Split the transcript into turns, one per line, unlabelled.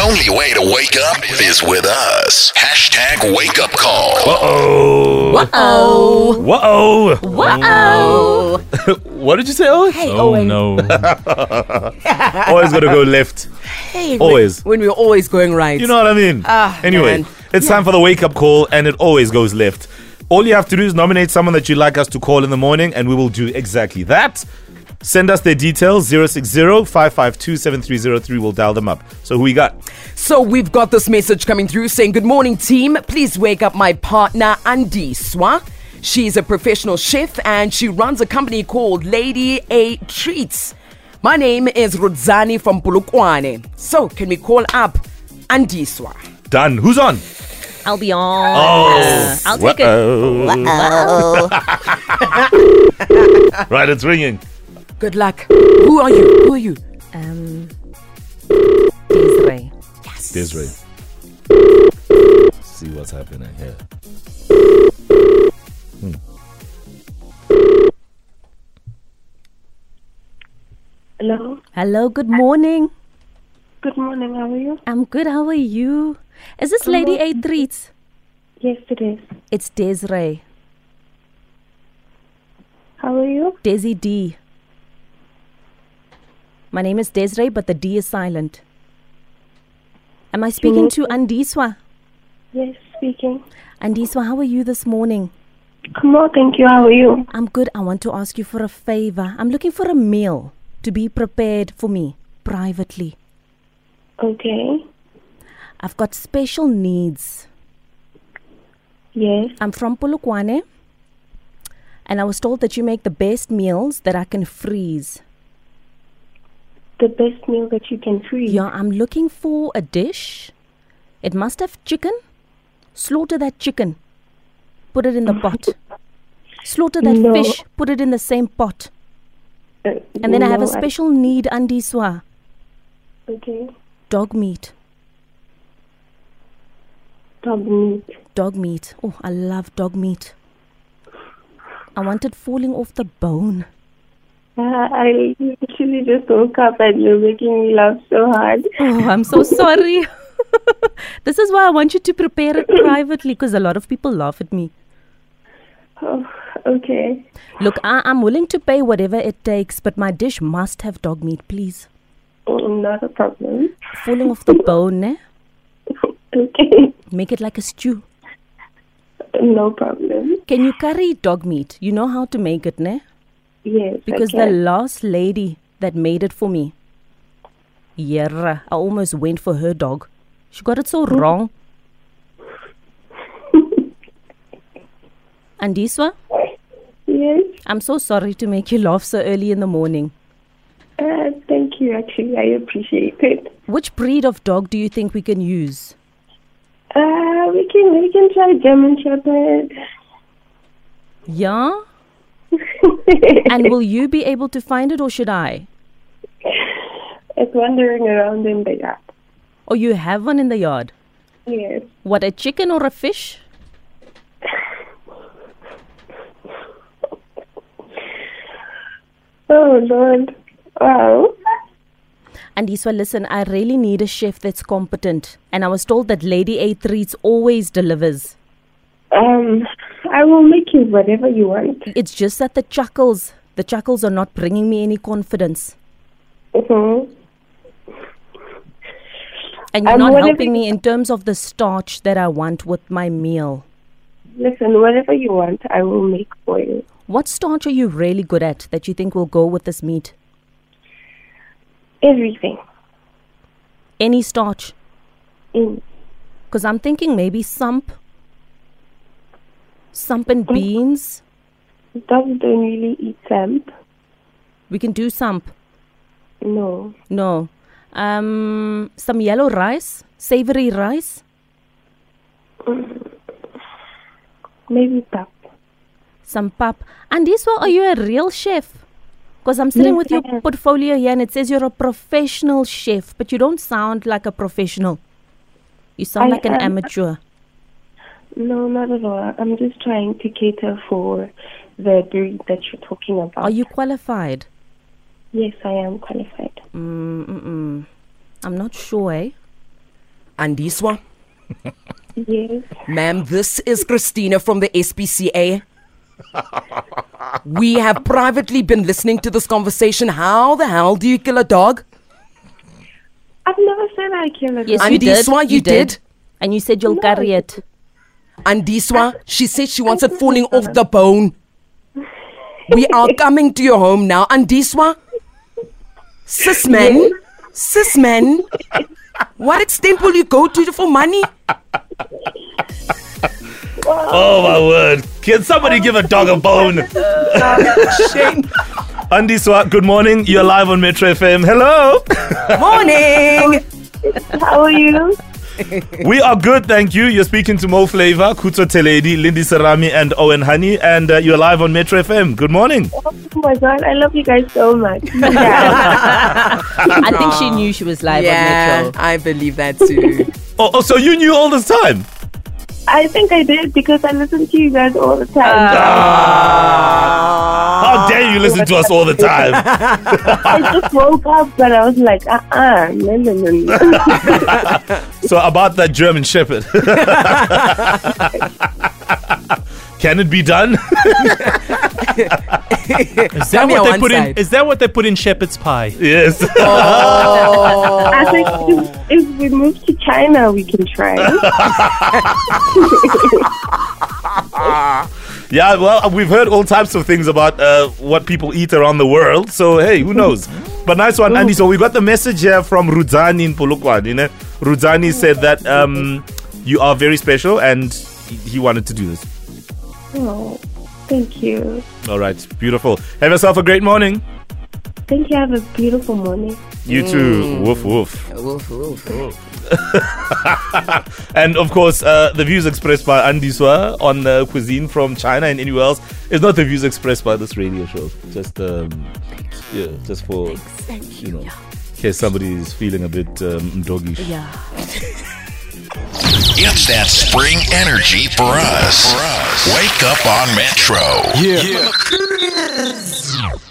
only way to wake up is with us. Hashtag wake up call.
Uh-oh.
Oh.
Whoa.
Whoa.
What did you say, Owen?
Hey,
Oh
Owen.
no.
Always gotta go left.
Hey,
Always.
When we're always going right.
You know what I mean?
Ah,
anyway,
man.
it's time for the wake up call, and it always goes left. All you have to do is nominate someone that you'd like us to call in the morning, and we will do exactly that. Send us their details 060 552 7303. We'll dial them up. So, who we got?
So we've got this message coming through saying, Good morning, team. Please wake up my partner, Andy Swa. She's a professional chef and she runs a company called Lady A Treats. My name is Rodzani from Pulukwane. So can we call up Andy Swa?
Done. Who's on?
I'll be on. Oh. I'll take
Uh-oh.
it. Wow.
Right, it's ringing.
Good luck. Who are you? Who are you?
Um. Desiree.
Desiree. See what's happening here.
Hello.
Hello. Good morning.
Good morning. How are you?
I'm good. How are you? Is this Lady A Treats?
Yes, it is.
It's Desiree.
How are you?
Desi D. My name is Desiree, but the D is silent. Am I speaking to Andiswa?
Yes, speaking.
Andiswa, how are you this morning?
Come on, thank you. How are you?
I'm good. I want to ask you for a favor. I'm looking for a meal to be prepared for me privately.
Okay.
I've got special needs.
Yes.
I'm from Polokwane, and I was told that you make the best meals that I can freeze.
The best meal that you can freeze.
Yeah, I'm looking for a dish. It must have chicken. Slaughter that chicken. Put it in the pot. Slaughter that
No.
fish. Put it in the same pot.
Uh,
And then I have a
no,
special need, Andiswa.
okay.
Dog meat.
Dog meat.
Dog meat. Oh, I love dog meat. I want it falling off the bone.
Uh, I literally just woke up and you're making me laugh so hard.
Oh, I'm so sorry. this is why I want you to prepare it privately because a lot of people laugh at me.
Oh, okay.
Look, I- I'm willing to pay whatever it takes, but my dish must have dog meat, please.
Oh, not a problem.
Falling off the bone, eh?
okay.
Make it like a stew.
No problem.
Can you curry dog meat? You know how to make it, ne?
Yes.
Because the
okay.
last lady that made it for me, yeah, I almost went for her dog. She got it so wrong. Andiswa,
Yes.
I'm so sorry to make you laugh so early in the morning.
Uh, thank you, actually. I appreciate it.
Which breed of dog do you think we can use?
Uh, we can we can try German Shepherd.
Yeah? And will you be able to find it or should I?
it's wandering around in the yard.
Or you have one in the yard?
Yes.
What, a chicken or a fish?
Oh Lord. Wow.
And Iswa, listen, I really need a chef that's competent. And I was told that Lady A Treats always delivers.
Um, I will make you whatever you want.
It's just that the chuckles, the chuckles are not bringing me any confidence.
Mm-hmm.
And you're
Um,
not
what if
helping
it-
me in terms of the starch that I want with my meal.
Listen, whatever you want, I will make for you.
What starch are you really good at that you think will go with this meat?
Everything.
Any starch?
Mm.
Because I'm thinking maybe sump, sump
Mm.
and beans.
Dogs don't really eat temp.
We can do sump.
No.
No. Um, some yellow rice, savory rice,
Mm. Maybe duck.
some pap. And this one, are you a real chef? Because I'm sitting
Yes,
with your
I am.
portfolio here and it says you're a professional chef, but you don't sound like a professional. You sound
I
like an
am-
amateur.
No, not at all. I'm just trying to cater for the breed that you're talking about.
Are you qualified?
Yes, I am qualified.
Mm-mm. I'm not sure, eh?
Andiswa.
Yes.
Ma'am, this is Christina from the SPCA. We have privately been listening to this conversation. How the hell do you kill a dog?
I've never said I kill a
Yes,
dog.
you
And
did.
this one you did?
And you said you'll carry it.
Andiswa, she said she wants it falling off the bone. We are coming to your home now. Andiswa, sis man, sis man, what extent will you go to for money?
Oh my word! Can somebody give a dog a bone?
Shame.
Andy Swat, good morning. You're live on Metro FM. Hello.
Morning.
How are you?
We are good, thank you. You're speaking to Mo Flavor, Kuto Teledi, Lindy Sarami, and Owen Honey, and uh, you're live on Metro FM. Good morning.
Oh my god, I love you guys so much.
I think she knew she was live on
Yeah,
Metro.
I believe that too.
Oh, oh, so you knew all this time?
I think I did because I listen to you guys all the time.
Ah.
How dare you listen to us all the time?
I just woke up, but I was like, uh uh no, no, no, no.
so about that German Shepherd. Can it be done?
Is that
Tell me
what
on
they
one
put
side.
in? Is that what they put in shepherd's pie?
yes.
I think if, if we move to China, we can try.
Yeah, well, we've heard all types of things about uh, what people eat around the world. So, hey, who knows? But nice one, Andy. So, we got the message here from Rudzani in Polokwane. You know? Rudzani said that um, you are very special and he he wanted to do this.
oh, thank you.
All right, beautiful. Have yourself a great morning.
Thank you. Have a beautiful morning.
You too. Woof, Mm. woof.
Oof, oof, oof.
And of course, uh, the views expressed by Andy Swa on uh, cuisine from China and anywhere else is not the views expressed by this radio show. Just, um, yeah, just for you know, in case somebody is feeling a bit um, doggish.
Yeah.
It's that spring energy for us. Wake up on Metro.